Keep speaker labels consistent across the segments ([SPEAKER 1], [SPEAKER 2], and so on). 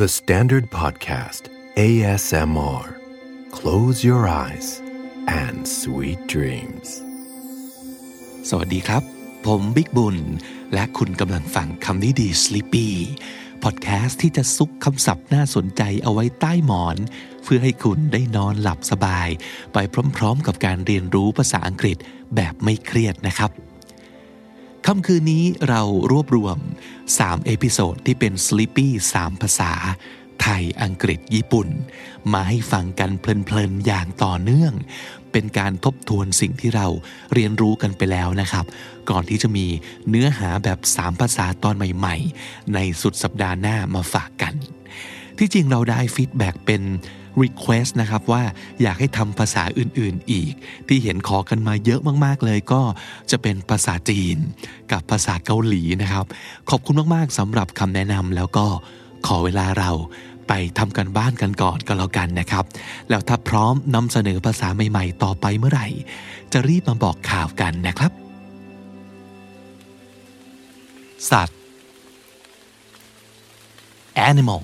[SPEAKER 1] The Standard Podcast ASMR. Close your eyes and sweet dreams.
[SPEAKER 2] สวัสดีครับ ผมบิ๊กบุญ และคุณกำลังฟังคำนี้ดี Sleepy พอดแคสต์ที่จะซุกคำศัพท์น่าสนใจเอาไว้ใต้หมอน เพื่อให้คุณได้นอนหลับสบาย ไปพร้อมๆกับการเรียนรู้ภาษาอังกฤษแบบไม่เครียดนะครับค่ำคืนนี้เรารวบรวม 3 เอพิโซดที่เป็น Sleepy 3 ภาษา ไทย อังกฤษ ญี่ปุ่น มาให้ฟังกันเพลินๆ อย่างต่อเนื่อง เป็นการทบทวนสิ่งที่เราเรียนรู้กันไปแล้วนะครับ ก่อนที่จะมีเนื้อหาแบบ 3 ภาษาตอนใหม่ๆ ในสุดสัปดาห์หน้ามาฝากกัน ที่จริงเราได้ฟีดแบ็กเป็น Request นะครับว่าอยากให้ทำภาษาอื่นๆอีก ที่เห็นขอกันมาเยอะมากๆเลยก็จะเป็นภาษาจีน กับภาษาเกาหลีนะครับ ขอบคุณมากๆสำหรับคำแนะนำแล้วก็ขอเวลาเราไปทำกันบ้านกันก่อนก็แล้วกันนะครับ แล้วถ้าพร้อมนำเสนอภาษาใหม่ๆ ต่อไปเมื่อไหร่ จะรีบมาบอกข่าวกันนะครับ สัตว์ animal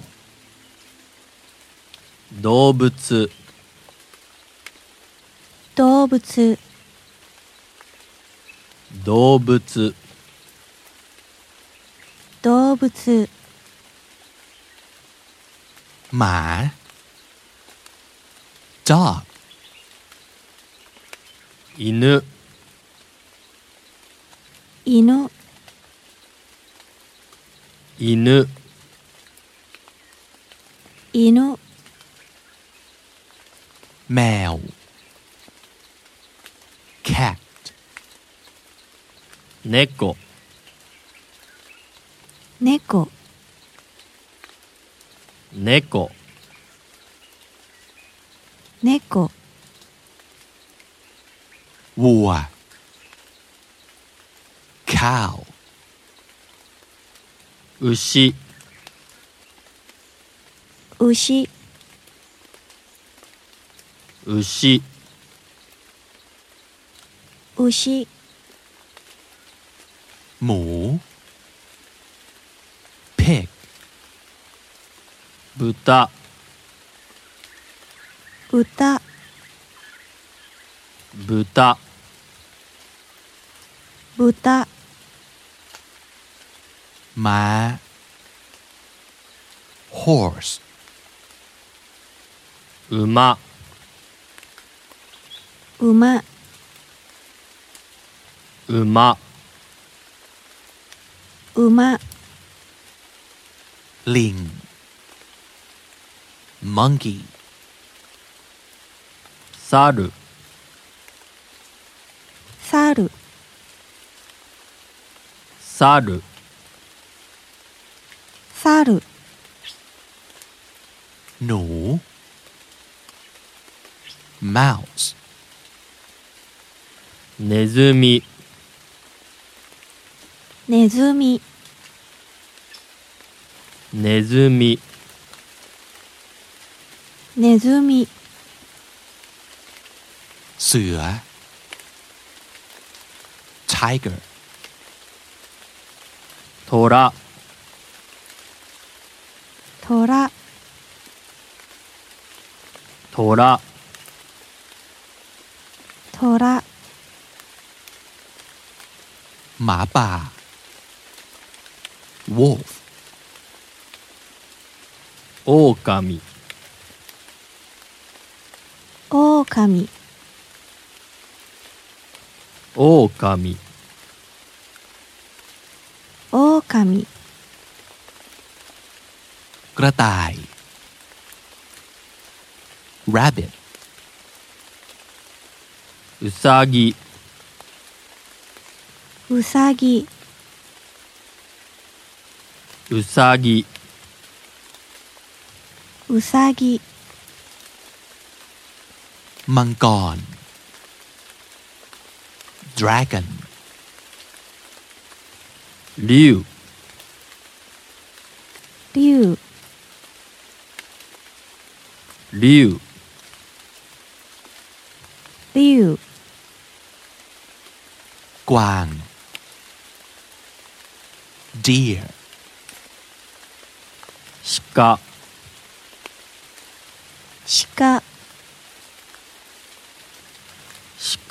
[SPEAKER 3] 動物
[SPEAKER 4] 動物
[SPEAKER 3] 動物
[SPEAKER 4] 動物
[SPEAKER 2] หมา dog
[SPEAKER 3] 犬
[SPEAKER 4] 犬
[SPEAKER 3] 犬
[SPEAKER 4] 犬
[SPEAKER 2] แมว cat
[SPEAKER 3] 猫
[SPEAKER 4] 猫
[SPEAKER 3] 猫
[SPEAKER 4] 猫
[SPEAKER 2] วัว cow
[SPEAKER 3] 牛
[SPEAKER 4] 牛
[SPEAKER 3] 牛
[SPEAKER 4] 牛
[SPEAKER 2] หมู pig
[SPEAKER 3] 豚
[SPEAKER 4] 歌
[SPEAKER 3] 豚
[SPEAKER 4] 豚
[SPEAKER 2] ม้า horse
[SPEAKER 3] 馬
[SPEAKER 4] 馬
[SPEAKER 3] 馬
[SPEAKER 4] 馬
[SPEAKER 2] ลิง monkey
[SPEAKER 3] 猿
[SPEAKER 4] 猿
[SPEAKER 3] 猿
[SPEAKER 4] 猿
[SPEAKER 2] หนู mouse
[SPEAKER 3] ネズミ
[SPEAKER 4] ネズミ
[SPEAKER 3] ネズミ
[SPEAKER 4] ネズミ
[SPEAKER 2] เสือ tiger
[SPEAKER 3] 虎
[SPEAKER 4] 虎
[SPEAKER 3] 虎
[SPEAKER 4] 虎
[SPEAKER 2] หมาป่า wolf
[SPEAKER 4] 狼
[SPEAKER 3] 狼狼
[SPEAKER 4] 狼
[SPEAKER 2] กระต่าย rabbit
[SPEAKER 3] うさぎ
[SPEAKER 4] うさぎ
[SPEAKER 3] うさぎ
[SPEAKER 4] うさぎ
[SPEAKER 2] มังกร dragon
[SPEAKER 3] 竜
[SPEAKER 4] 竜
[SPEAKER 3] 竜
[SPEAKER 4] 竜
[SPEAKER 2] กวาง deer
[SPEAKER 3] 鹿
[SPEAKER 4] 鹿、鹿、
[SPEAKER 3] 鹿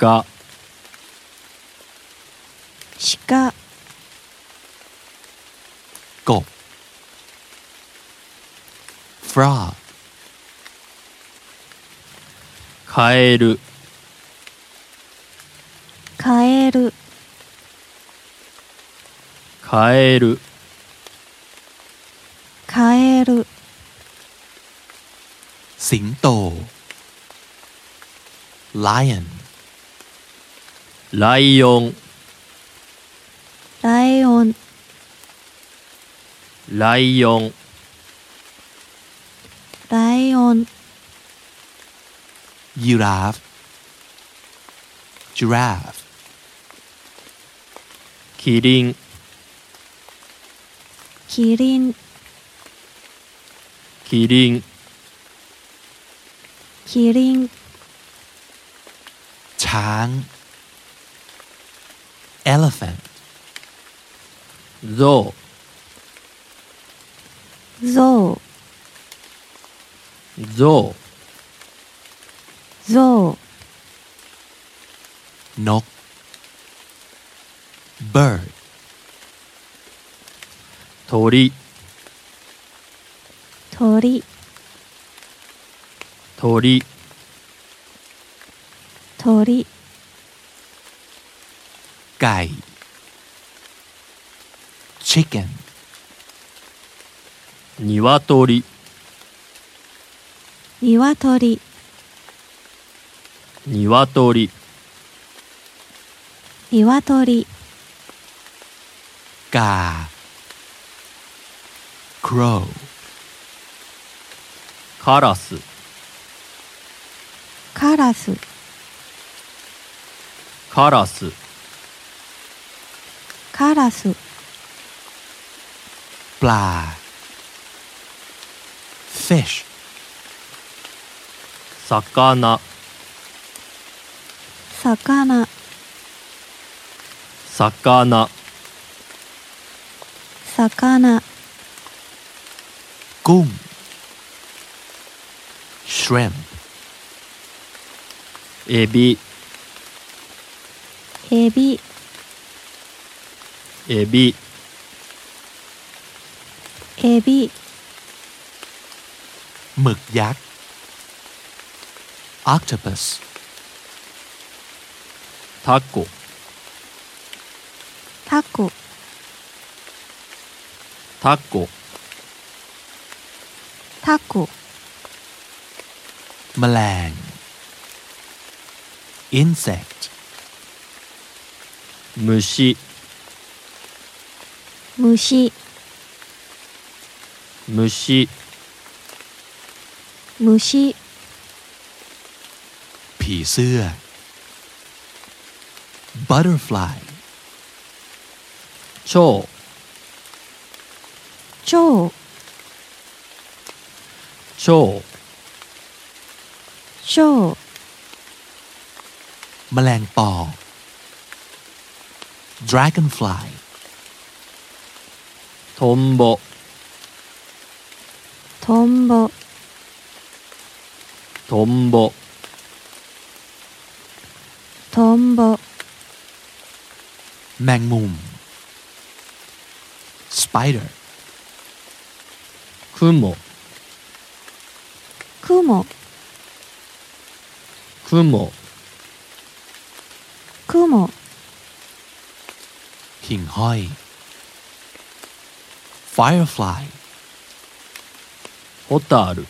[SPEAKER 2] กบ frog
[SPEAKER 3] カエル
[SPEAKER 4] カエル、
[SPEAKER 3] カエル
[SPEAKER 4] カエル、
[SPEAKER 2] สิงโต lion
[SPEAKER 3] ライオン
[SPEAKER 4] ライオン、
[SPEAKER 3] ライオン
[SPEAKER 4] ライオン、
[SPEAKER 2] giraffe giraffe
[SPEAKER 3] キリン
[SPEAKER 4] キリン、
[SPEAKER 3] キリン
[SPEAKER 4] キリン、
[SPEAKER 2] ช้าง elephant
[SPEAKER 3] ゾ
[SPEAKER 4] ゾ
[SPEAKER 3] ウ
[SPEAKER 4] ウ、
[SPEAKER 3] ゾ
[SPEAKER 4] ゾウ、
[SPEAKER 2] นก bird
[SPEAKER 3] ウ鳥
[SPEAKER 4] 鳥、
[SPEAKER 3] 鳥
[SPEAKER 4] 鳥、
[SPEAKER 2] ไก่ chicken
[SPEAKER 3] 鶏
[SPEAKER 4] 鶏、
[SPEAKER 3] 鶏
[SPEAKER 4] 鶏、
[SPEAKER 2] กา crow
[SPEAKER 3] カラス
[SPEAKER 4] カラス、
[SPEAKER 3] カラス
[SPEAKER 4] カラス、
[SPEAKER 2] ปลา fish
[SPEAKER 3] 魚
[SPEAKER 4] 魚、
[SPEAKER 3] 魚
[SPEAKER 4] 魚、
[SPEAKER 2] กุ้ง shrimp
[SPEAKER 3] エビ
[SPEAKER 4] エビ、
[SPEAKER 3] エビ
[SPEAKER 4] エビ、
[SPEAKER 2] หมึกยักษ์ octopus
[SPEAKER 3] タコ
[SPEAKER 4] タコ、
[SPEAKER 3] タコ
[SPEAKER 4] タコ、
[SPEAKER 2] แมลง insect
[SPEAKER 3] 虫
[SPEAKER 4] 虫、
[SPEAKER 3] 虫
[SPEAKER 4] 虫、
[SPEAKER 2] ผีเสื้อ butterfly
[SPEAKER 3] 蝶
[SPEAKER 4] 蝶、
[SPEAKER 3] 蝶
[SPEAKER 4] 蝶、
[SPEAKER 2] แมลงปอ dragonfly
[SPEAKER 3] トンボ
[SPEAKER 4] トンボ、
[SPEAKER 3] トンボ
[SPEAKER 4] トンボ、
[SPEAKER 2] แมงมุม spider
[SPEAKER 3] 雲
[SPEAKER 4] 雲、
[SPEAKER 3] 雲
[SPEAKER 4] 雲、
[SPEAKER 2] หิ่งห้อย firefly
[SPEAKER 3] ホタル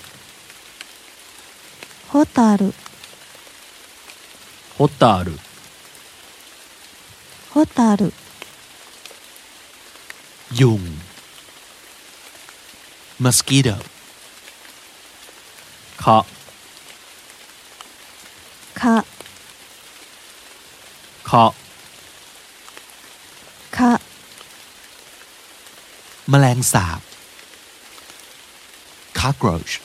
[SPEAKER 4] ホタル、
[SPEAKER 3] ホタル
[SPEAKER 4] ホタル、
[SPEAKER 2] ยุง mosquito
[SPEAKER 3] 蚊
[SPEAKER 4] か、
[SPEAKER 3] 蚊
[SPEAKER 4] か、
[SPEAKER 2] แมลงสาบ cockroach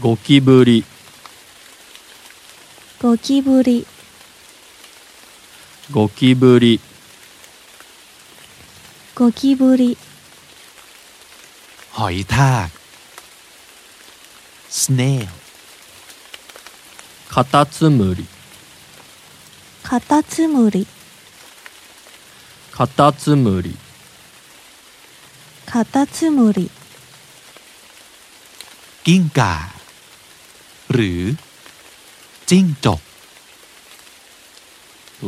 [SPEAKER 3] ゴキブリ
[SPEAKER 4] ゴキブリ、
[SPEAKER 3] ゴキブリ
[SPEAKER 4] ゴキブリ、
[SPEAKER 2] หอยทาก snail
[SPEAKER 3] カタツムリ
[SPEAKER 4] カタツムリ
[SPEAKER 3] カタツムリ
[SPEAKER 4] カタツムリ
[SPEAKER 2] กิ้งก่า หรือ จิ้งจก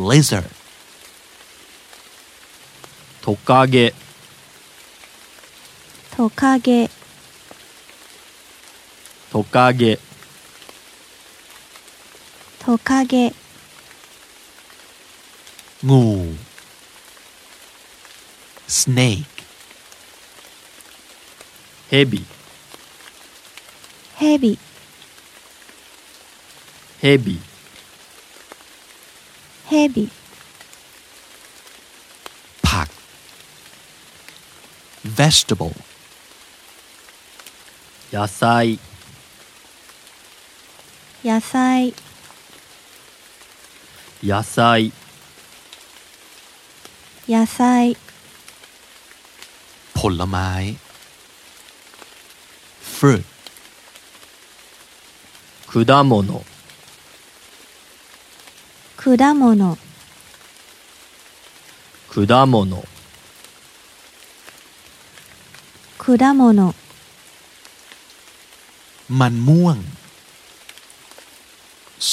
[SPEAKER 2] lizard
[SPEAKER 3] トカゲ
[SPEAKER 4] トカゲ
[SPEAKER 3] トカゲ
[SPEAKER 4] トカゲ
[SPEAKER 2] งู snake
[SPEAKER 3] ヘビ
[SPEAKER 4] ヘビ
[SPEAKER 3] ヘビ
[SPEAKER 4] ヘビ
[SPEAKER 2] ผัก vegetable
[SPEAKER 3] 野菜
[SPEAKER 4] 野菜
[SPEAKER 3] 野菜
[SPEAKER 4] 野菜
[SPEAKER 2] ผลไม้ fruit
[SPEAKER 3] 果物
[SPEAKER 4] 果物
[SPEAKER 3] 果物
[SPEAKER 4] 果物
[SPEAKER 2] มันม่วง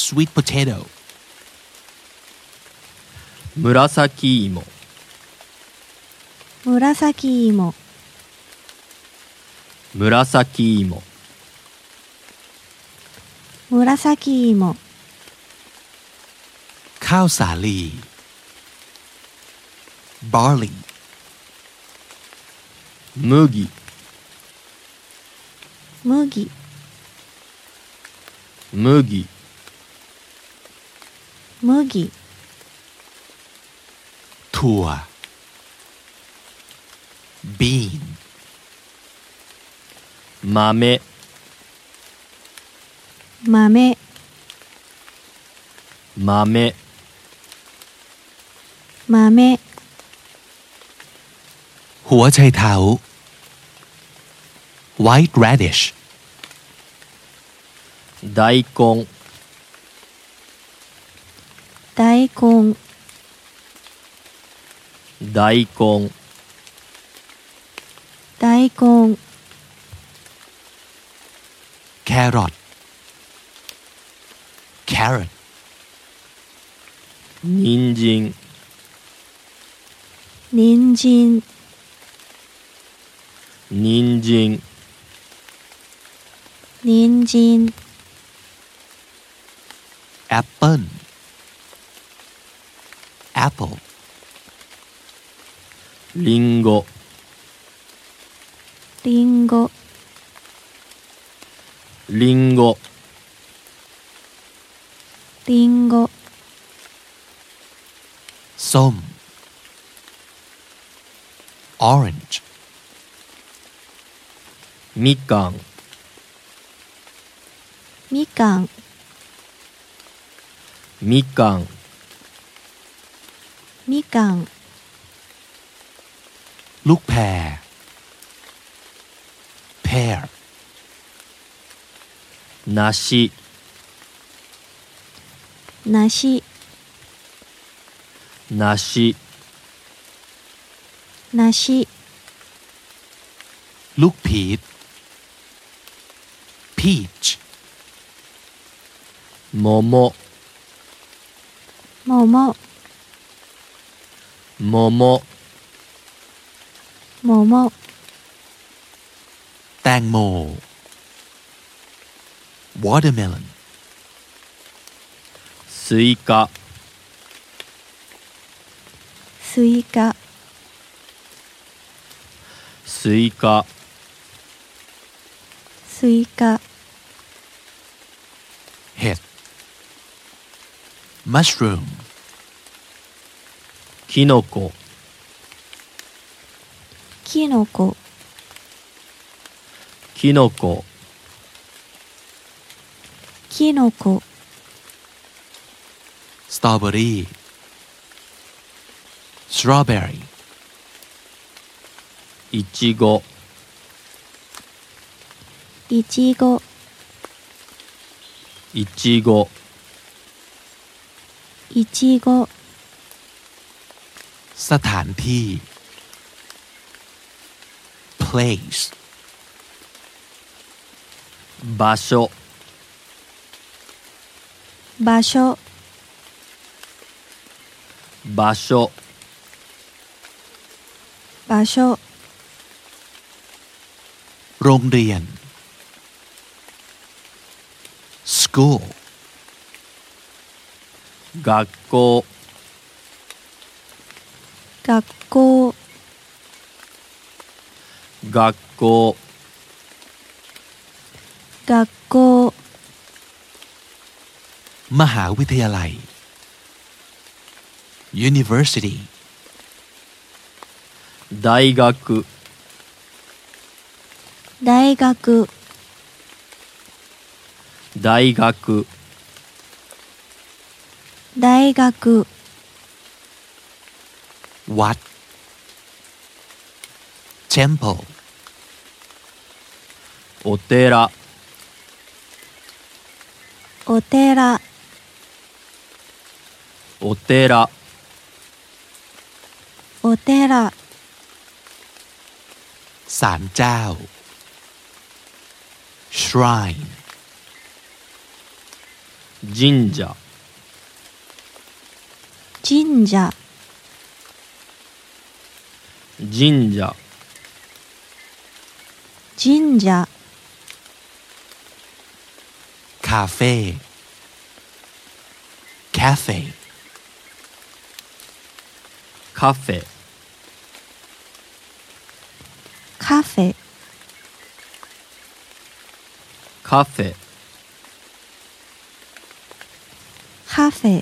[SPEAKER 2] sweet potato
[SPEAKER 3] 紫芋
[SPEAKER 4] 紫芋
[SPEAKER 3] 紫芋
[SPEAKER 4] 紫芋
[SPEAKER 2] ข้าวสาลี barley
[SPEAKER 3] 麦
[SPEAKER 4] 麦
[SPEAKER 3] 麦
[SPEAKER 4] 麦
[SPEAKER 2] ถั่ว bean
[SPEAKER 3] 豆
[SPEAKER 4] 豆
[SPEAKER 3] 豆
[SPEAKER 4] 豆
[SPEAKER 2] หัวไชเท้า white radish
[SPEAKER 3] 大根
[SPEAKER 4] 大根
[SPEAKER 3] 大根
[SPEAKER 4] 大根
[SPEAKER 2] แครอท carrot
[SPEAKER 3] 人参
[SPEAKER 4] 人参
[SPEAKER 3] 人参
[SPEAKER 4] 人参
[SPEAKER 2] apple apple
[SPEAKER 3] りんご
[SPEAKER 4] リンゴ
[SPEAKER 3] りんご
[SPEAKER 4] リンゴ
[SPEAKER 2] ส้ม orange
[SPEAKER 3] みかん
[SPEAKER 4] みかん
[SPEAKER 3] みかん
[SPEAKER 4] みかん
[SPEAKER 2] ลูกแพร pear
[SPEAKER 3] 梨
[SPEAKER 4] 梨
[SPEAKER 3] 梨
[SPEAKER 4] 梨
[SPEAKER 2] ลูกพีช peach
[SPEAKER 3] 桃
[SPEAKER 4] 桃
[SPEAKER 3] 桃
[SPEAKER 4] 桃
[SPEAKER 2] แตงโม watermelon
[SPEAKER 3] スイカ
[SPEAKER 4] スイカ
[SPEAKER 3] スイカ
[SPEAKER 4] スイカ
[SPEAKER 2] เห็ด mushroom
[SPEAKER 3] きのこ
[SPEAKER 4] キノコ
[SPEAKER 3] きのこ
[SPEAKER 4] キノコ
[SPEAKER 2] สตรอเบอรี่ strawberry
[SPEAKER 3] いちご
[SPEAKER 4] いちご
[SPEAKER 3] いちご
[SPEAKER 4] いちご
[SPEAKER 2] สถานที่ place
[SPEAKER 3] 場所
[SPEAKER 4] 場所
[SPEAKER 3] 場所
[SPEAKER 4] 場所
[SPEAKER 2] โรงเรียน school
[SPEAKER 3] 学校
[SPEAKER 4] 学校
[SPEAKER 3] 学校
[SPEAKER 4] 学校
[SPEAKER 2] มหาวิทยาลัย university
[SPEAKER 3] 大学
[SPEAKER 4] 大学
[SPEAKER 3] 大学
[SPEAKER 4] 大学
[SPEAKER 2] วัด temple
[SPEAKER 3] お寺
[SPEAKER 4] お寺
[SPEAKER 3] お寺
[SPEAKER 4] お寺
[SPEAKER 2] ศาลเจ้า shrine
[SPEAKER 3] 神社
[SPEAKER 4] 神社
[SPEAKER 3] 神社
[SPEAKER 4] 神社
[SPEAKER 2] คาเฟ่ cafe
[SPEAKER 3] カフェ
[SPEAKER 4] カフェ
[SPEAKER 3] カフェ
[SPEAKER 4] カフェ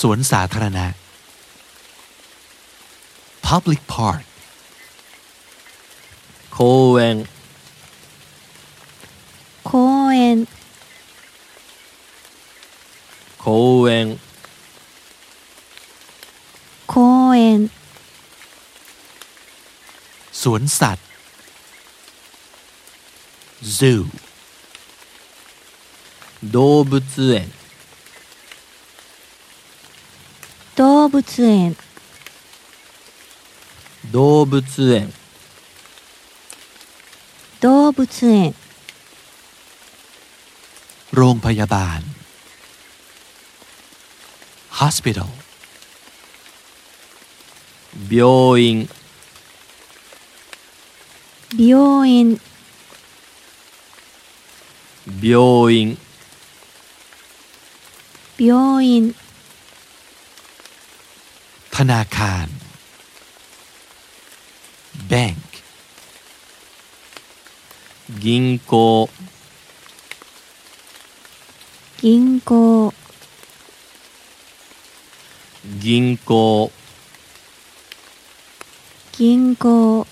[SPEAKER 2] สวนสาธารณะ public park
[SPEAKER 3] 公園
[SPEAKER 4] 公園
[SPEAKER 3] 公園
[SPEAKER 4] 公園
[SPEAKER 2] สวนสัตว์ zoo
[SPEAKER 3] 動物園
[SPEAKER 4] 動物園
[SPEAKER 3] 動物園
[SPEAKER 4] 動物園
[SPEAKER 2] โรงพยาบาล hospital
[SPEAKER 3] 病院
[SPEAKER 4] 病院
[SPEAKER 3] 病院
[SPEAKER 4] 病院
[SPEAKER 2] ธนาคาร bank
[SPEAKER 3] 銀行
[SPEAKER 4] 銀行
[SPEAKER 3] 銀行
[SPEAKER 4] 銀行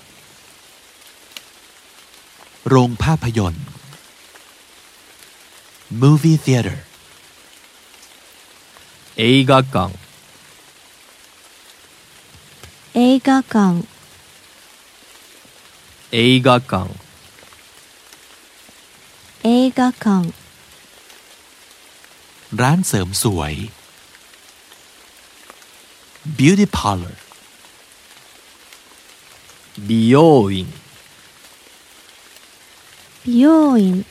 [SPEAKER 2] โรงภาพยนตร์ movie theater
[SPEAKER 3] 映画館
[SPEAKER 4] 映画館
[SPEAKER 3] 映画館
[SPEAKER 4] 映画館
[SPEAKER 2] ร้านเสริมสวย beauty parlor
[SPEAKER 3] 美容院
[SPEAKER 4] 美容院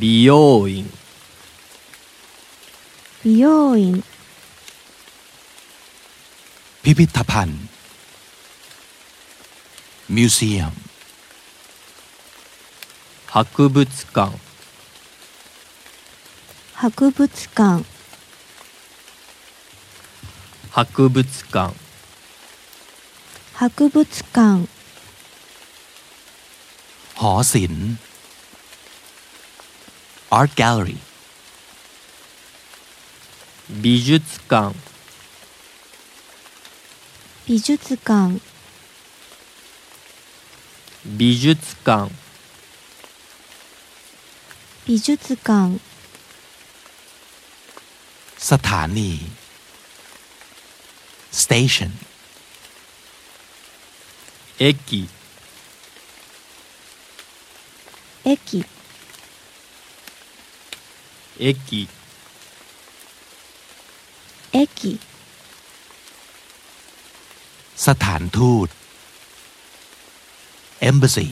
[SPEAKER 3] 美容院
[SPEAKER 4] 美容院
[SPEAKER 2] พิพิธภัณฑ์ museum
[SPEAKER 3] 博物館
[SPEAKER 4] 博物館
[SPEAKER 3] 博物館
[SPEAKER 4] 博物館
[SPEAKER 2] หอศิลป์ art gallery
[SPEAKER 3] 美術館
[SPEAKER 4] 美術館
[SPEAKER 3] 美術館
[SPEAKER 4] 美術館
[SPEAKER 2] สถานี station
[SPEAKER 3] 駅
[SPEAKER 4] 駅
[SPEAKER 3] 駅
[SPEAKER 4] 駅
[SPEAKER 2] สถานทูต embassy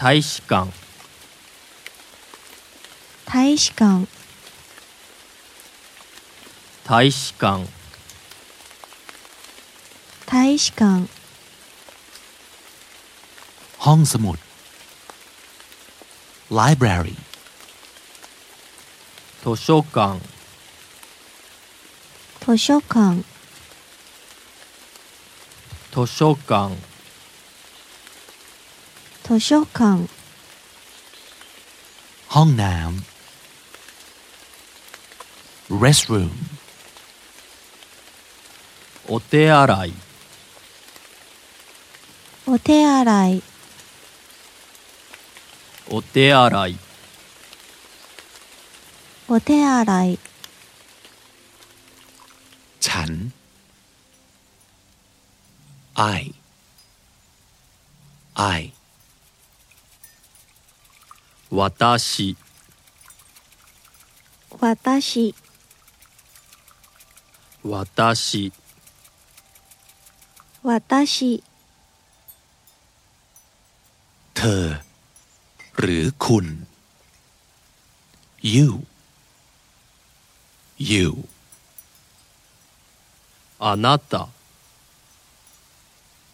[SPEAKER 3] 大使館
[SPEAKER 4] 大使館
[SPEAKER 3] 大使館
[SPEAKER 4] 大使館
[SPEAKER 2] ห้องสมุด library
[SPEAKER 3] 図書館
[SPEAKER 4] 図書館
[SPEAKER 3] 図書館
[SPEAKER 4] 図書館
[SPEAKER 2] ห้องน้ำ restroom
[SPEAKER 3] お手洗い
[SPEAKER 4] お手洗い
[SPEAKER 3] お手洗い
[SPEAKER 4] お手洗い
[SPEAKER 2] ฉัน I I
[SPEAKER 3] 私
[SPEAKER 4] 私
[SPEAKER 3] 私
[SPEAKER 4] 私
[SPEAKER 2] เธอ หรือคุณ you you
[SPEAKER 3] あなた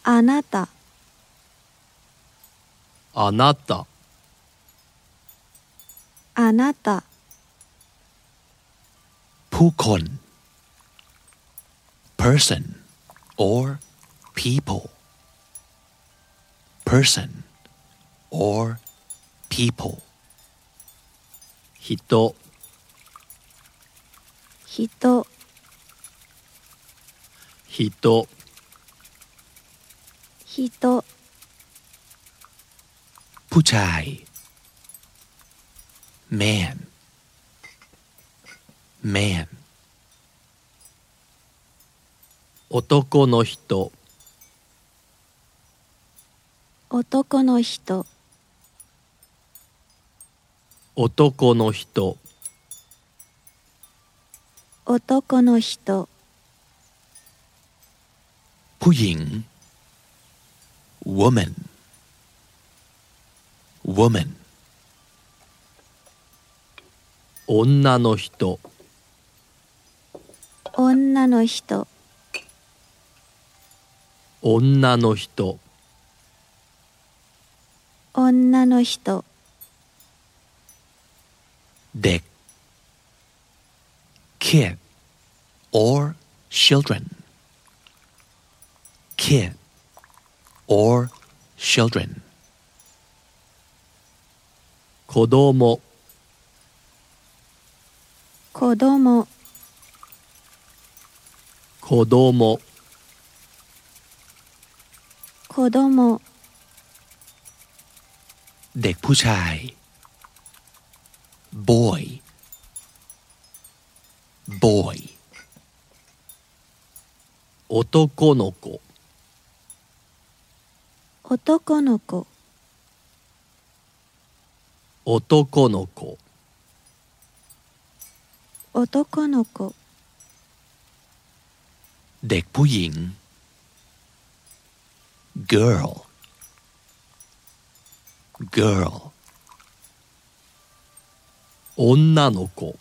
[SPEAKER 4] あなた
[SPEAKER 3] あなた
[SPEAKER 4] あなた
[SPEAKER 2] ผู้คน person or people person or people
[SPEAKER 3] 人
[SPEAKER 4] 人
[SPEAKER 3] 人
[SPEAKER 4] 人
[SPEAKER 2] ผู้ชาย man man
[SPEAKER 3] 男の人
[SPEAKER 4] 男の人
[SPEAKER 3] 男の人
[SPEAKER 4] 男の人
[SPEAKER 2] ผู้หญิง woman woman
[SPEAKER 3] 女の人
[SPEAKER 4] 女の人
[SPEAKER 3] 女の人
[SPEAKER 4] 女の人
[SPEAKER 2] เด็ก kid or children kid or children
[SPEAKER 3] 子供
[SPEAKER 4] 子供
[SPEAKER 3] 子供
[SPEAKER 4] 子供
[SPEAKER 2] เด็กผู้ชาย boy boy
[SPEAKER 3] 男の子
[SPEAKER 4] 男の子
[SPEAKER 3] 男の子
[SPEAKER 4] 男の子
[SPEAKER 2] เด็กผู้หญิง girl girl
[SPEAKER 3] 女の子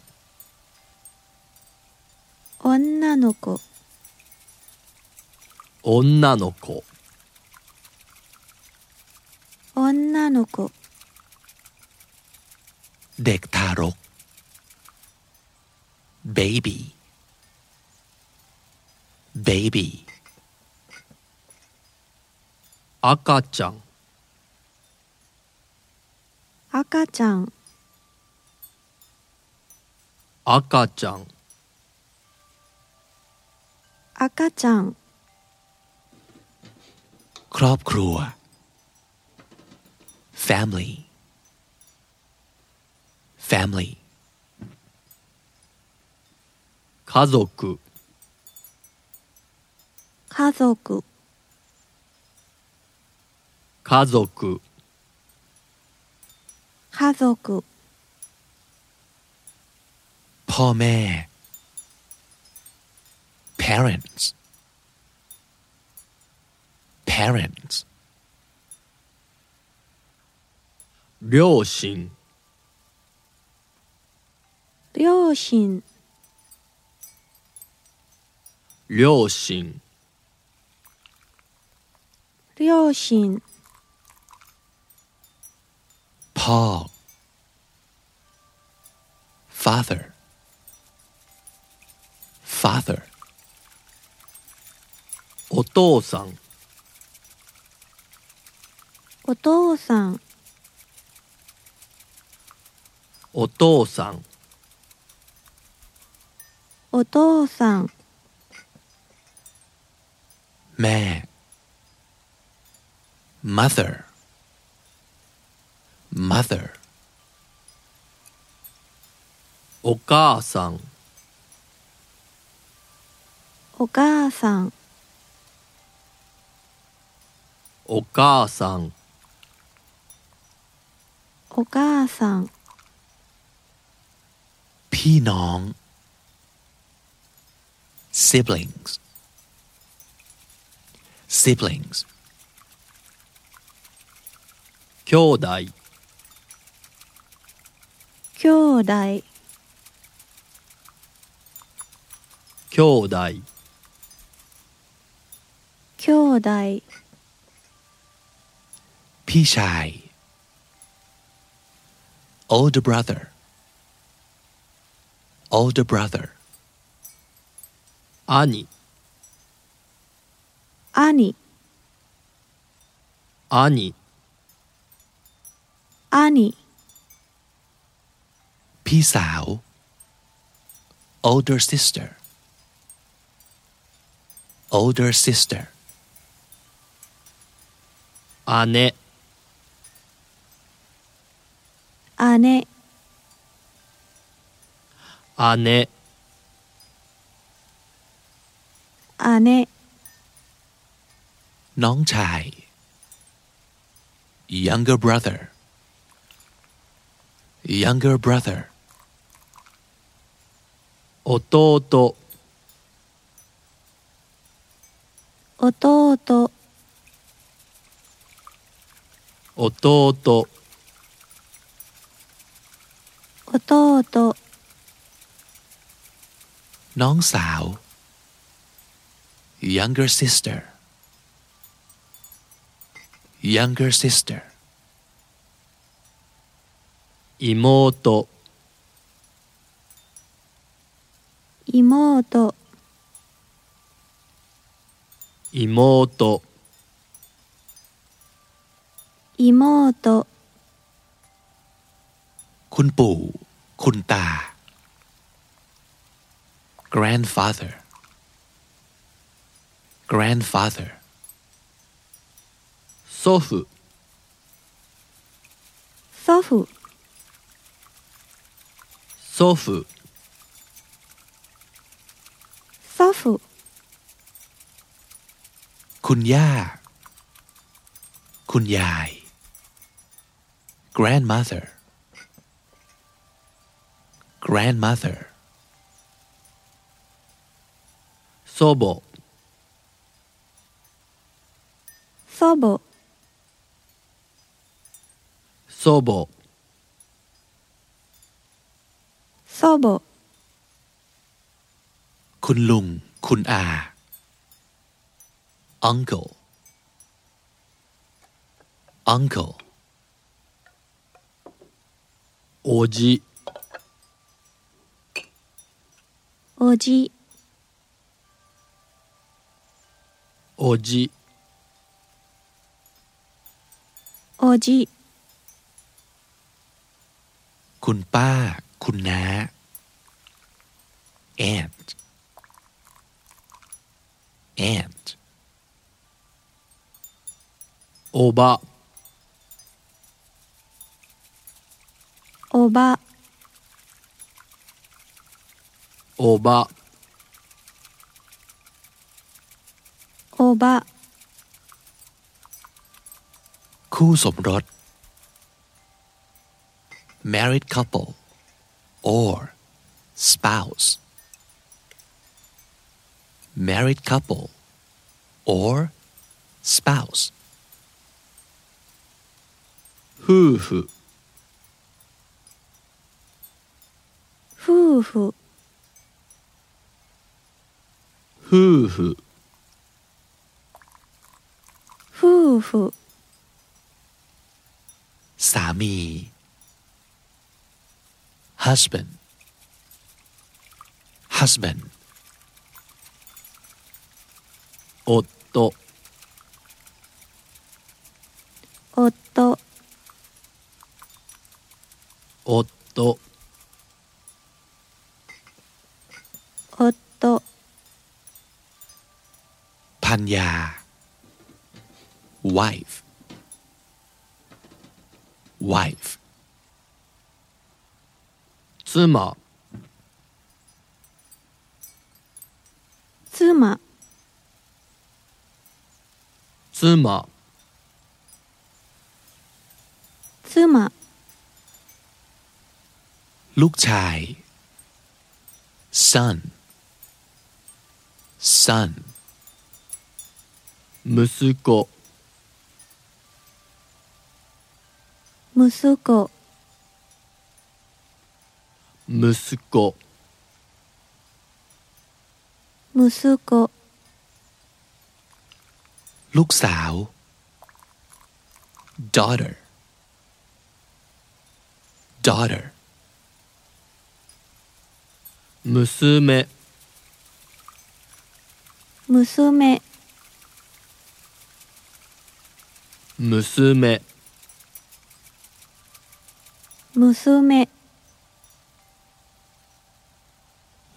[SPEAKER 4] 女の子
[SPEAKER 3] 女の子
[SPEAKER 4] 女の子
[SPEAKER 2] เด็กทารก baby baby
[SPEAKER 3] 赤ちゃん
[SPEAKER 4] 赤ちゃん
[SPEAKER 3] 赤ちゃん
[SPEAKER 4] 赤ちゃん
[SPEAKER 2] ครอบครัว family family
[SPEAKER 3] 家族
[SPEAKER 4] 家族
[SPEAKER 3] 家族
[SPEAKER 4] 家族、
[SPEAKER 2] พ่อแม่ parents parents
[SPEAKER 3] 両親
[SPEAKER 4] 両親、
[SPEAKER 3] 両親
[SPEAKER 4] 両親、
[SPEAKER 2] พ่อ father father
[SPEAKER 3] お父さん
[SPEAKER 4] お父さん、
[SPEAKER 3] お父さん
[SPEAKER 4] お父さん、
[SPEAKER 2] แม่ mother mother
[SPEAKER 3] お母さん
[SPEAKER 4] お母さん、
[SPEAKER 3] お母さん
[SPEAKER 4] お母さん、
[SPEAKER 2] พี่น้อง siblings siblings
[SPEAKER 3] 兄弟
[SPEAKER 4] 兄弟、
[SPEAKER 3] 兄弟
[SPEAKER 4] 兄弟、
[SPEAKER 2] พี่ชาย older brother older brother
[SPEAKER 3] 兄
[SPEAKER 4] 兄、
[SPEAKER 3] 兄
[SPEAKER 4] 兄、
[SPEAKER 2] พี่สาว older sister older sister
[SPEAKER 3] 姉
[SPEAKER 4] 姉、
[SPEAKER 3] 姉
[SPEAKER 4] 姉、
[SPEAKER 2] น้องชาย younger brother younger brother
[SPEAKER 3] 弟
[SPEAKER 4] 弟、
[SPEAKER 3] 弟
[SPEAKER 4] 弟、
[SPEAKER 2] น้องสาว younger sister younger sister
[SPEAKER 3] 妹
[SPEAKER 4] 妹、
[SPEAKER 3] 妹
[SPEAKER 4] 妹、
[SPEAKER 2] คุณปู่ คุณตา grandfather grandfather
[SPEAKER 3] 祖父
[SPEAKER 4] 祖父、
[SPEAKER 3] 祖父
[SPEAKER 4] 祖父、
[SPEAKER 2] คุณย่า คุณยาย grandmother grandmother
[SPEAKER 3] 祖母
[SPEAKER 4] 祖母、
[SPEAKER 3] 祖母
[SPEAKER 4] 祖母、
[SPEAKER 2] คุณลุง คุณอา uncle uncle
[SPEAKER 3] おじ
[SPEAKER 4] おじ、
[SPEAKER 3] おじ
[SPEAKER 4] おじ、
[SPEAKER 2] คุณป้า คุณน้า aunt aunt
[SPEAKER 3] おば
[SPEAKER 4] おば、
[SPEAKER 3] おば
[SPEAKER 4] おば、
[SPEAKER 2] คู่สมรส married couple or spouse married couple or spouse
[SPEAKER 3] 夫婦
[SPEAKER 4] 夫婦
[SPEAKER 3] 夫婦
[SPEAKER 4] 夫婦
[SPEAKER 2] สามี husband husband
[SPEAKER 3] 夫
[SPEAKER 4] 夫
[SPEAKER 3] 夫
[SPEAKER 4] 夫
[SPEAKER 2] พันยา wife wife
[SPEAKER 3] 妻
[SPEAKER 4] 妻
[SPEAKER 3] 妻
[SPEAKER 4] 妻
[SPEAKER 2] ลูกชาย son son
[SPEAKER 3] 息子
[SPEAKER 4] 息子
[SPEAKER 3] 息子
[SPEAKER 4] 息子
[SPEAKER 2] ลูกสาว daughter daughter
[SPEAKER 4] 娘
[SPEAKER 3] 娘娘
[SPEAKER 4] 娘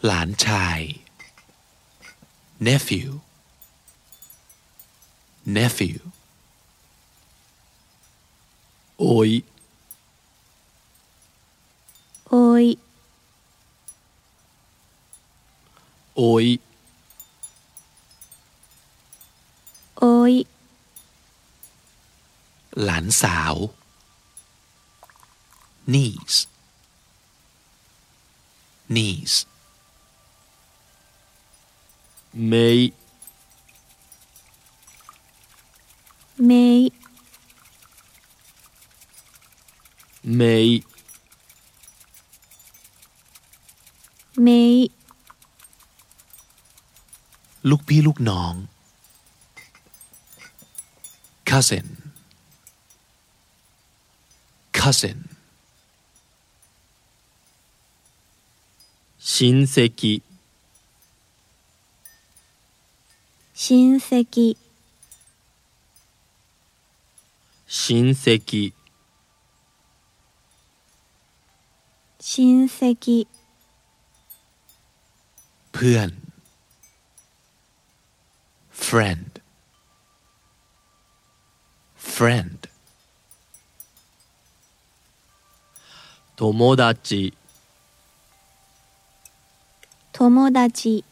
[SPEAKER 2] หลานชาย nephew nephew
[SPEAKER 3] おい
[SPEAKER 4] おい
[SPEAKER 3] おい
[SPEAKER 4] おい
[SPEAKER 2] หลานสาว niece niece
[SPEAKER 3] めい
[SPEAKER 4] めい
[SPEAKER 3] めい
[SPEAKER 4] めい
[SPEAKER 2] ลูกพี่ลูกน้อง cousin cousin
[SPEAKER 3] 親戚
[SPEAKER 4] 親戚
[SPEAKER 3] 親戚
[SPEAKER 4] 親戚
[SPEAKER 2] เพื่อน friend friend
[SPEAKER 3] 友達
[SPEAKER 4] 友達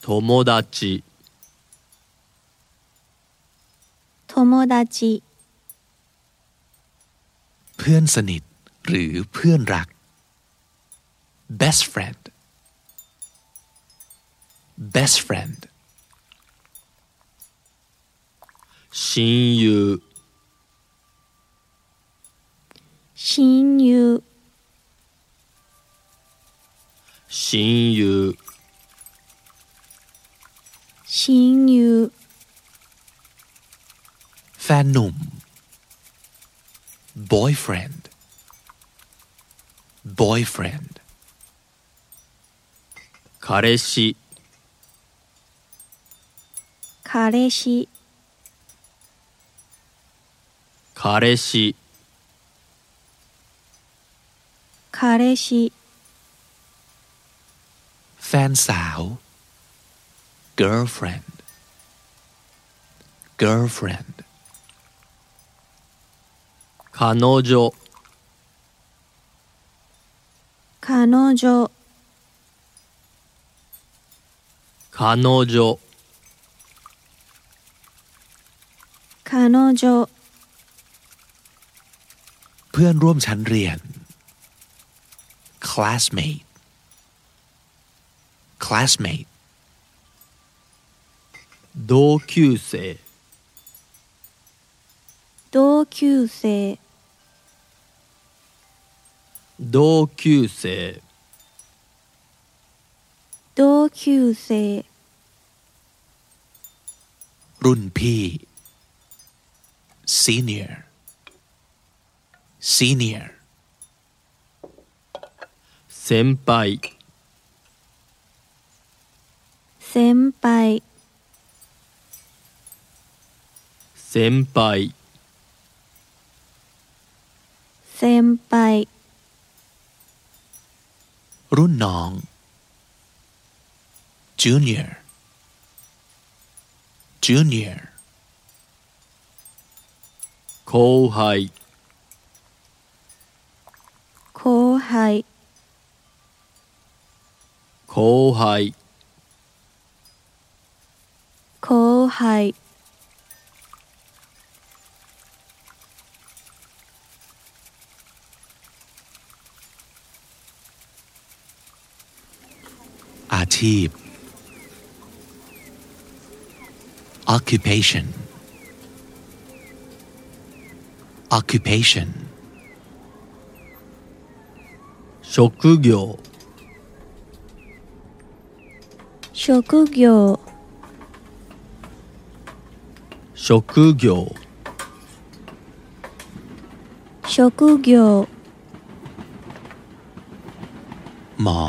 [SPEAKER 3] 友達
[SPEAKER 4] 友達
[SPEAKER 2] เพื่อนสนิทหรือเพื่อนรัก best friend best friend
[SPEAKER 3] 親友
[SPEAKER 4] 親友
[SPEAKER 3] 親友
[SPEAKER 4] 親友
[SPEAKER 2] แฟนหนุ่ม boyfriend boyfriend
[SPEAKER 3] 彼氏
[SPEAKER 4] 彼氏
[SPEAKER 3] 彼氏
[SPEAKER 4] 彼氏
[SPEAKER 2] แฟนสาว girlfriend girlfriend
[SPEAKER 3] 彼女
[SPEAKER 4] 彼女
[SPEAKER 3] 彼女
[SPEAKER 4] 彼女
[SPEAKER 2] พื่อนร่วมชั้นเรียน classmate classmate
[SPEAKER 3] 同級生
[SPEAKER 4] 同級生
[SPEAKER 3] 同級生
[SPEAKER 4] 同級生
[SPEAKER 2] รุ่นพี่ senior senior
[SPEAKER 3] 先輩
[SPEAKER 4] 先輩
[SPEAKER 3] 先輩
[SPEAKER 4] 先輩
[SPEAKER 2] รุ่นน้อง junior junior
[SPEAKER 3] 後輩
[SPEAKER 4] 後輩
[SPEAKER 3] 後輩
[SPEAKER 4] 後輩
[SPEAKER 2] อาชีพ occupation occupation
[SPEAKER 3] 職業
[SPEAKER 4] 職業
[SPEAKER 3] 職業
[SPEAKER 4] 職業
[SPEAKER 2] หมอ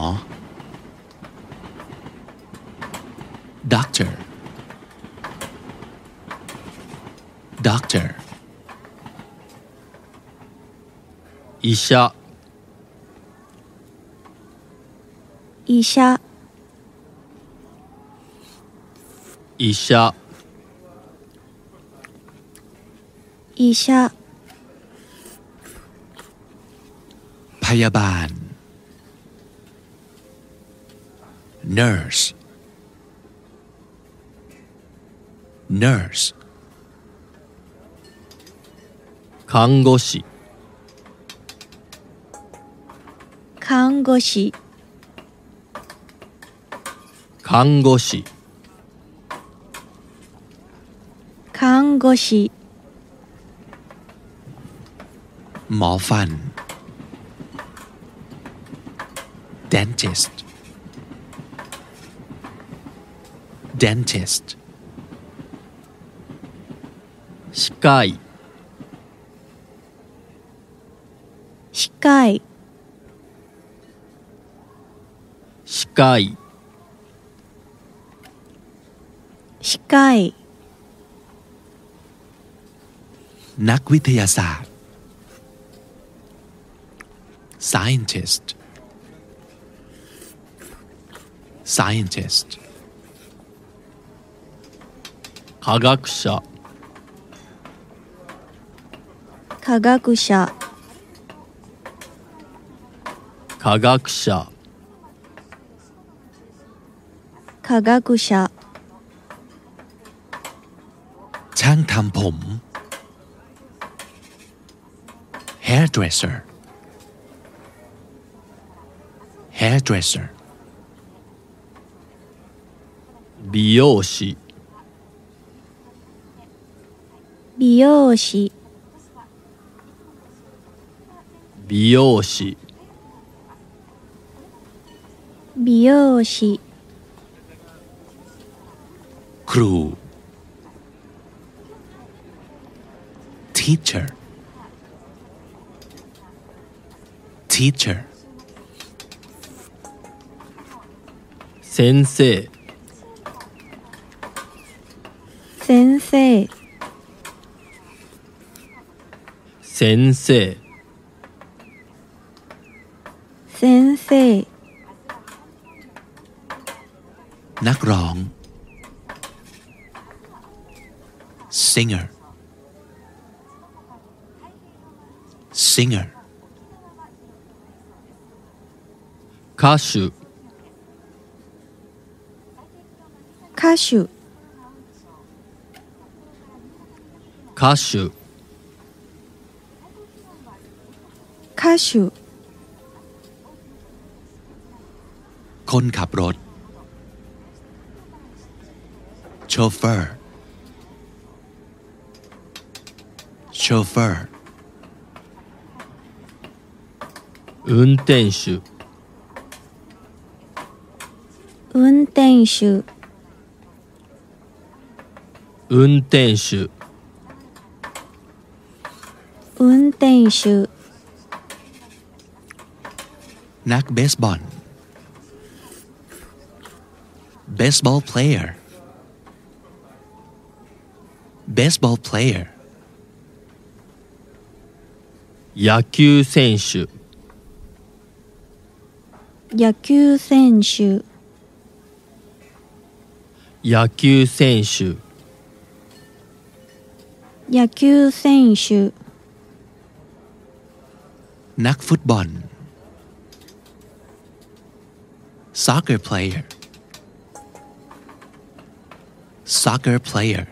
[SPEAKER 2] doctor doctor
[SPEAKER 3] 医者
[SPEAKER 4] 医者
[SPEAKER 3] 医者
[SPEAKER 4] 医者
[SPEAKER 2] พยาบาล nurse nurse
[SPEAKER 3] 看護師
[SPEAKER 4] 看護師
[SPEAKER 3] 看護師
[SPEAKER 4] 看護師
[SPEAKER 2] หมอฟัน dentist dentist
[SPEAKER 3] 歯科医
[SPEAKER 4] 歯科医
[SPEAKER 3] 歯科医
[SPEAKER 4] 歯科医
[SPEAKER 2] นักวิทยาศาสตร์ scientist scientist
[SPEAKER 3] 科学者
[SPEAKER 4] 科学者
[SPEAKER 3] 科学者
[SPEAKER 4] 科学者
[SPEAKER 2] ช่างทำผม hairdresser hairdresser
[SPEAKER 3] 美容師
[SPEAKER 4] 美容師
[SPEAKER 3] 美容師
[SPEAKER 4] 美容師
[SPEAKER 2] ครู teacher teacher
[SPEAKER 3] 先生
[SPEAKER 4] 先生
[SPEAKER 3] 先生
[SPEAKER 4] 先生
[SPEAKER 2] นักร้อง singer singer
[SPEAKER 3] 歌手
[SPEAKER 4] 歌手
[SPEAKER 3] 歌手
[SPEAKER 4] 歌手
[SPEAKER 2] คนขับรถ chauffeur chauffeur
[SPEAKER 3] 運転手
[SPEAKER 4] 運転手
[SPEAKER 3] 運転手
[SPEAKER 4] 運転手
[SPEAKER 2] นักเบสบอล baseball player baseball player
[SPEAKER 3] 野球選手
[SPEAKER 4] 野球選手
[SPEAKER 3] 野球選手
[SPEAKER 4] 野球選手
[SPEAKER 2] นักฟุตบอล soccer player soccer player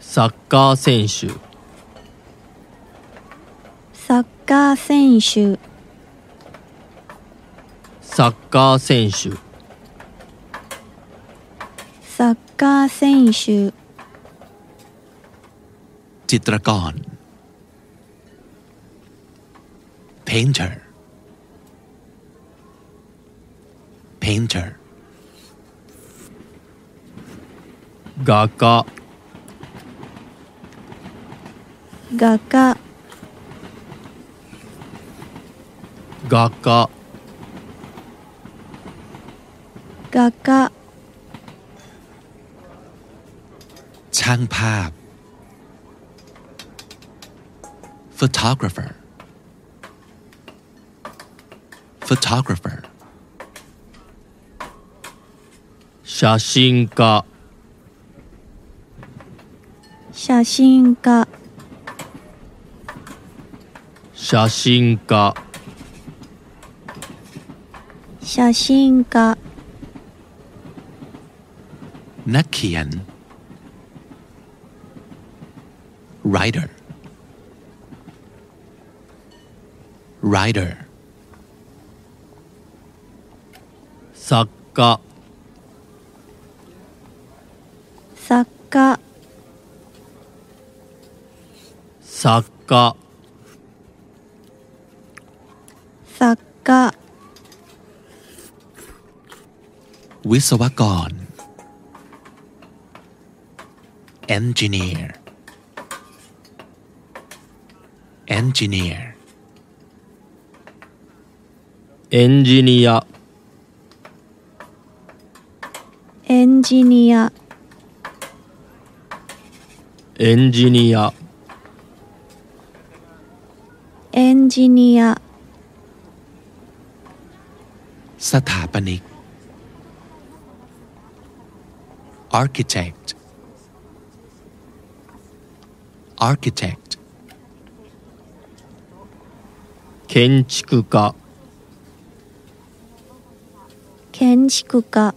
[SPEAKER 3] サッカー選手
[SPEAKER 4] サッカー選手
[SPEAKER 3] サッカー選手
[SPEAKER 4] サッカー選手
[SPEAKER 2] จิตรกร painter painter
[SPEAKER 3] 画家
[SPEAKER 4] 画家
[SPEAKER 3] 画家
[SPEAKER 4] 画家
[SPEAKER 2] ช่างภาพ photographer photographer
[SPEAKER 3] 写真家
[SPEAKER 4] 写真家
[SPEAKER 3] 写真家
[SPEAKER 4] 写真家
[SPEAKER 2] นักเขียน writer writer
[SPEAKER 3] 作家
[SPEAKER 4] 作家
[SPEAKER 3] 作家
[SPEAKER 4] 作家
[SPEAKER 2] วิศวกร engineer engineer
[SPEAKER 3] エンジニア
[SPEAKER 4] エンジニア
[SPEAKER 3] エンジニア
[SPEAKER 4] エンジニア
[SPEAKER 2] สถาปนิก architect architect
[SPEAKER 3] 建築家
[SPEAKER 4] 建築家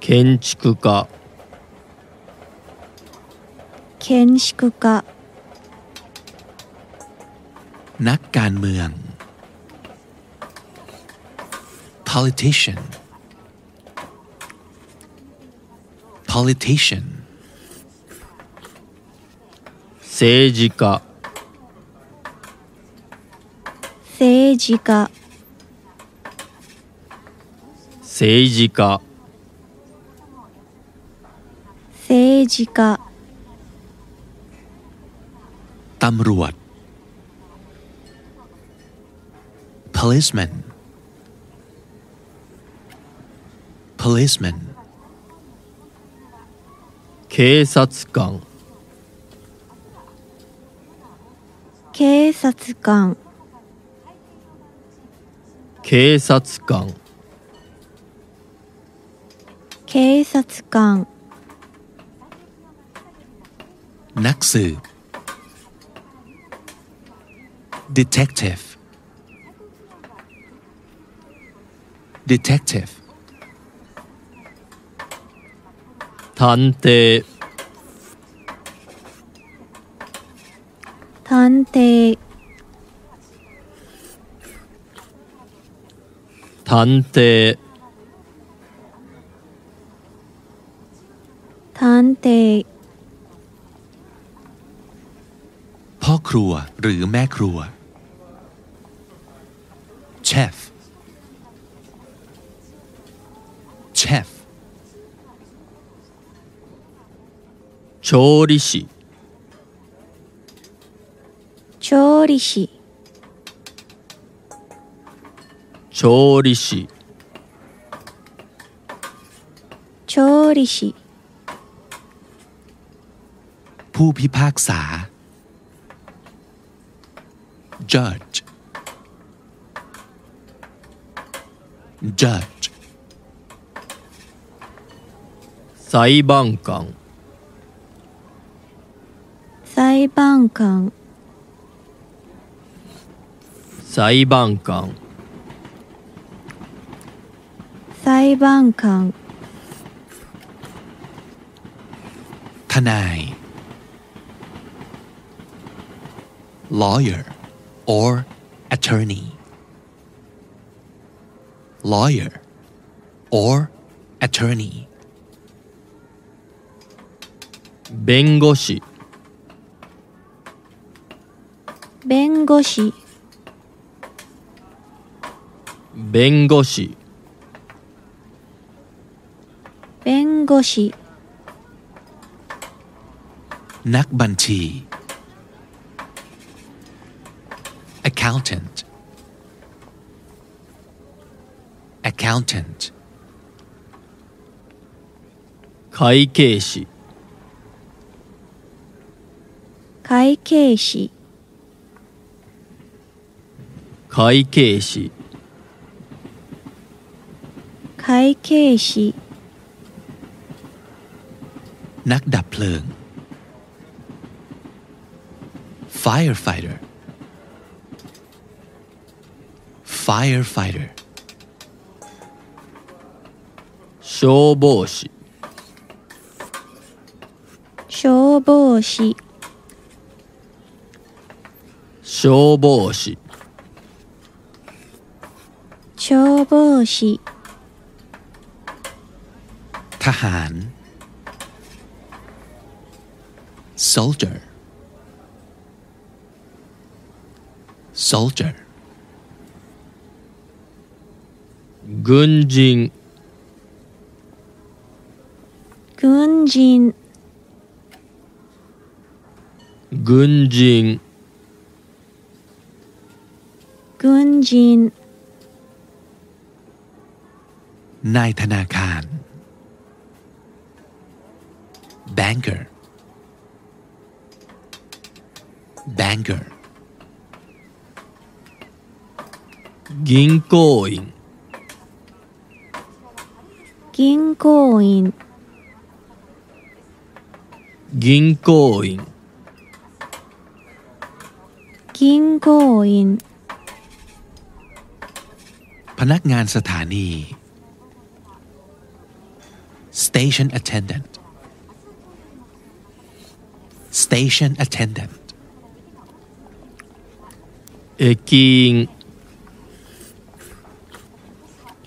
[SPEAKER 3] 建築家
[SPEAKER 4] 建築家
[SPEAKER 2] นักการเมือง politician politician
[SPEAKER 3] 政治家
[SPEAKER 4] 政治家
[SPEAKER 3] 政治家
[SPEAKER 4] 政治家
[SPEAKER 2] ตำรวจ policeman policeman
[SPEAKER 3] 警察官
[SPEAKER 4] 警察官
[SPEAKER 3] 警察官
[SPEAKER 4] 警察官
[SPEAKER 2] นักสืบ detective detective
[SPEAKER 3] 探偵
[SPEAKER 4] 官邸
[SPEAKER 3] 探偵
[SPEAKER 4] 探偵
[SPEAKER 2] พ่อครัวหรือแม่ครัว chef chef
[SPEAKER 3] 調理師
[SPEAKER 4] 調理師
[SPEAKER 3] 調理師
[SPEAKER 4] 調理師
[SPEAKER 2] ผู้พิพากษา judge judge
[SPEAKER 3] 裁判官
[SPEAKER 4] 裁判官
[SPEAKER 3] 裁判官
[SPEAKER 4] 裁判官
[SPEAKER 2] ทนาย lawyer or attorney lawyer or attorney
[SPEAKER 3] 弁護士
[SPEAKER 4] 弁護士
[SPEAKER 3] 弁護士
[SPEAKER 4] 弁護士
[SPEAKER 2] นักบัญชี accountant accountant
[SPEAKER 3] 会計士
[SPEAKER 4] 会計士
[SPEAKER 3] 会計士
[SPEAKER 4] 会計士
[SPEAKER 2] นักดับเพลิง firefighter firefighter
[SPEAKER 3] 消防士
[SPEAKER 4] 消防士
[SPEAKER 3] 消防士
[SPEAKER 4] 消防士
[SPEAKER 2] ทหาร soldier soldier
[SPEAKER 3] 軍人
[SPEAKER 4] 軍人
[SPEAKER 3] 軍人
[SPEAKER 4] 軍人
[SPEAKER 2] นายธนาคาร banker banker
[SPEAKER 3] 銀行員
[SPEAKER 4] 銀行員
[SPEAKER 3] 銀行員
[SPEAKER 4] 銀行員
[SPEAKER 2] พนักงานสถานี station attendant station attendant
[SPEAKER 3] 駅員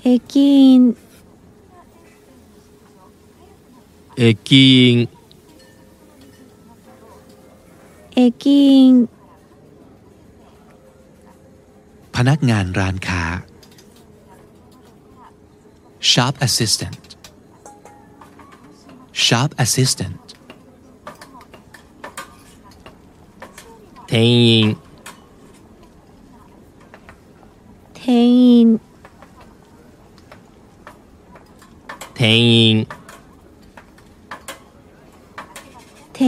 [SPEAKER 4] 駅員
[SPEAKER 3] 駅員
[SPEAKER 4] 駅員
[SPEAKER 2] พนักงานร้านค้า shop assistant shop assistant
[SPEAKER 3] 店員
[SPEAKER 4] 店員
[SPEAKER 3] 店員
[SPEAKER 4] 店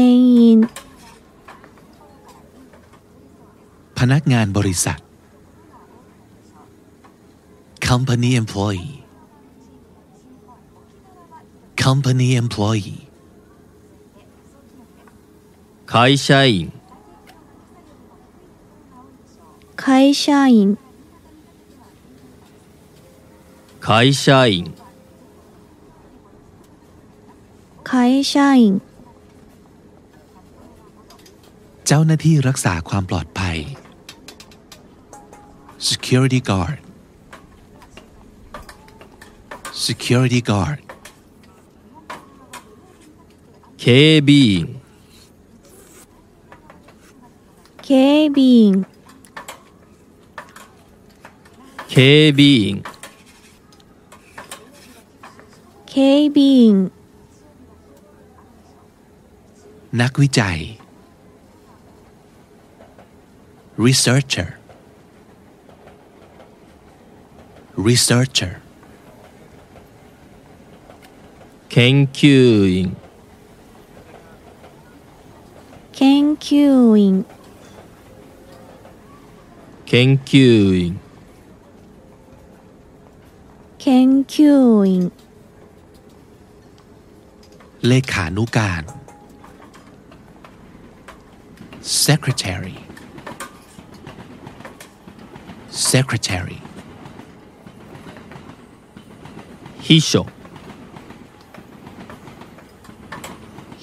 [SPEAKER 4] 員
[SPEAKER 2] พนักงานบริษัท company employee company employee
[SPEAKER 3] 会社員
[SPEAKER 4] 会社員
[SPEAKER 3] 会社員
[SPEAKER 4] 会社員
[SPEAKER 2] เ จ้าหน้าที่รักษาความปลอดภัย security guard security guard
[SPEAKER 3] 警備員
[SPEAKER 4] 警備員
[SPEAKER 3] 警備員
[SPEAKER 4] 警備員
[SPEAKER 2] นักวิจัย researcher researcher
[SPEAKER 3] 研究員
[SPEAKER 4] 研究員
[SPEAKER 3] 研究員
[SPEAKER 4] 研究員
[SPEAKER 2] เลขานุการ secretary secretary
[SPEAKER 3] 秘書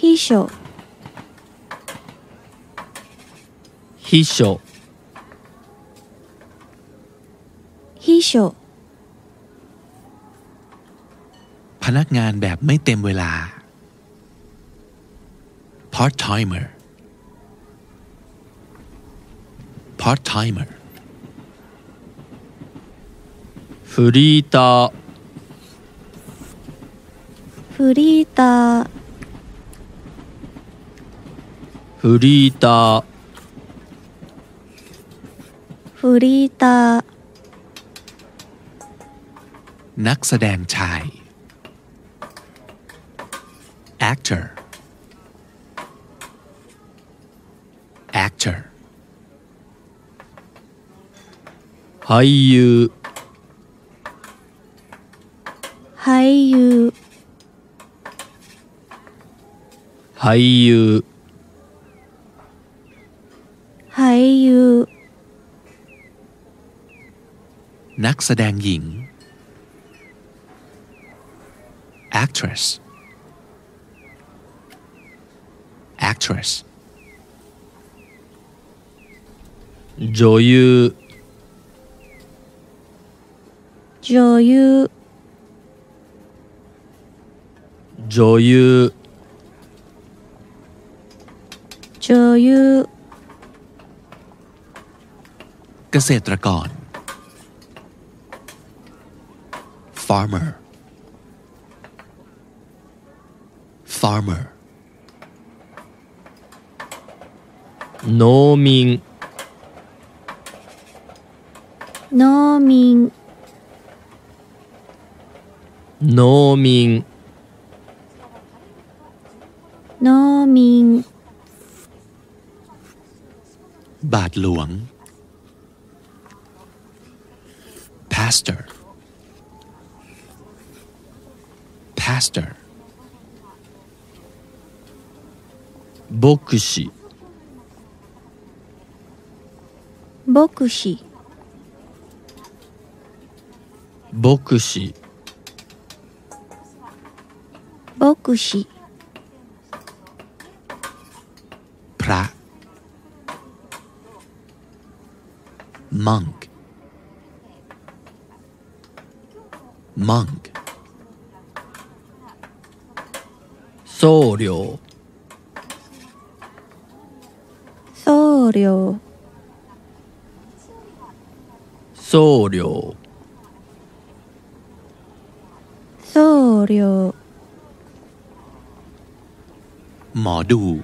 [SPEAKER 4] 秘書
[SPEAKER 3] 秘書
[SPEAKER 4] 秘書
[SPEAKER 2] พนักงานแบบไม่เต็มเวลา part timer part timer
[SPEAKER 3] フリーター
[SPEAKER 4] フリーター
[SPEAKER 3] フリーター
[SPEAKER 4] フリーター
[SPEAKER 2] นักแสดงชาย actor actor
[SPEAKER 3] 俳優
[SPEAKER 4] 俳優
[SPEAKER 3] 俳優
[SPEAKER 4] 俳優
[SPEAKER 2] นักแสดงหญิง actress actress
[SPEAKER 3] 女優
[SPEAKER 4] 女優
[SPEAKER 3] 女優
[SPEAKER 4] 女優
[SPEAKER 2] เกษตรกร farmer farmer
[SPEAKER 3] 農民
[SPEAKER 4] 農民
[SPEAKER 3] 農民
[SPEAKER 4] 農民
[SPEAKER 2] บาทหลวง pastor pastor
[SPEAKER 3] 牧師
[SPEAKER 4] 牧師
[SPEAKER 3] 牧師
[SPEAKER 4] 牧師
[SPEAKER 2] พระ monk monk
[SPEAKER 3] 僧侶
[SPEAKER 4] 僧侶
[SPEAKER 3] 僧侶
[SPEAKER 4] 僧侶
[SPEAKER 2] หมอดู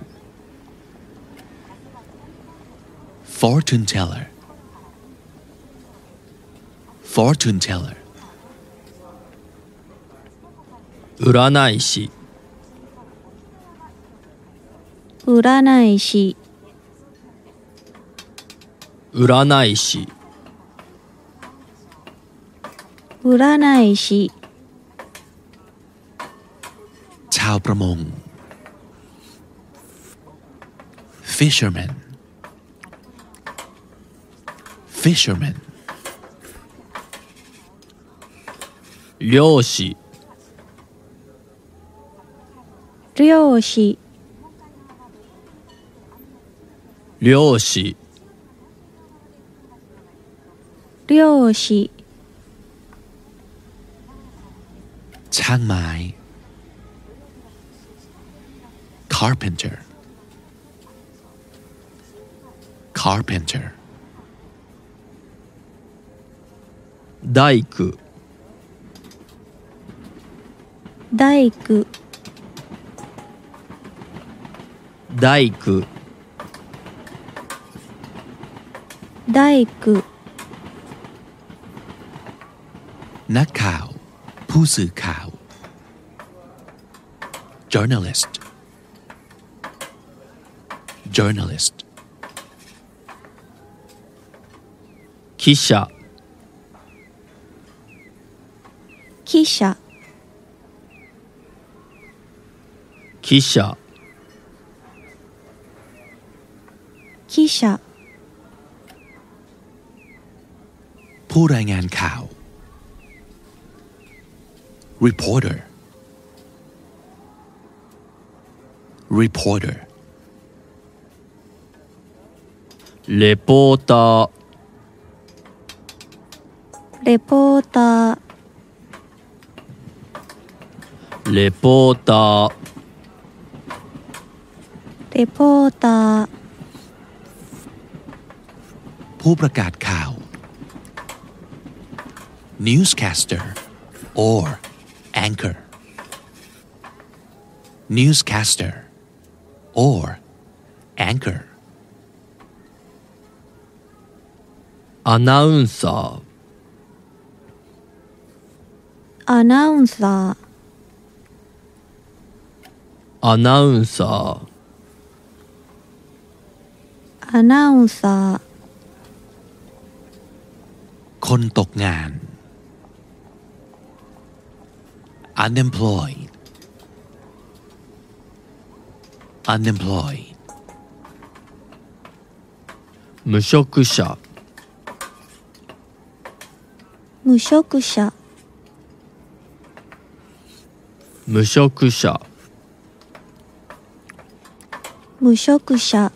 [SPEAKER 2] fortune teller fortune teller
[SPEAKER 3] 占い師
[SPEAKER 4] 占い師
[SPEAKER 3] 占い師
[SPEAKER 4] 占い師
[SPEAKER 2] ชาวประมง fisherman fisherman
[SPEAKER 3] 漁師
[SPEAKER 4] 漁師
[SPEAKER 3] 漁師
[SPEAKER 4] 漁師、
[SPEAKER 2] ช่างไม้ carpenter carpenter
[SPEAKER 3] 大工
[SPEAKER 4] 大工、
[SPEAKER 3] 大工
[SPEAKER 4] 大工、
[SPEAKER 2] นักข่าว ผู้สื่อข่าว journalist journalist
[SPEAKER 3] 記者
[SPEAKER 4] 記者、
[SPEAKER 3] 記者
[SPEAKER 4] 記者、
[SPEAKER 2] ผู้รายงานข่าว reporter reporter
[SPEAKER 3] レポーター
[SPEAKER 4] レポーター、
[SPEAKER 3] レポーター
[SPEAKER 4] レポーター、
[SPEAKER 2] ผู้ประกาศข่าว newscaster or anchor newscaster or anchor
[SPEAKER 3] アナウンサ
[SPEAKER 4] アナウンサー、
[SPEAKER 3] ーアナウンサー
[SPEAKER 4] アナウンサ
[SPEAKER 2] คนตกงาน unemployed unemployed
[SPEAKER 3] 無職者
[SPEAKER 4] ー、無職者、
[SPEAKER 3] 無職者
[SPEAKER 4] 無職者、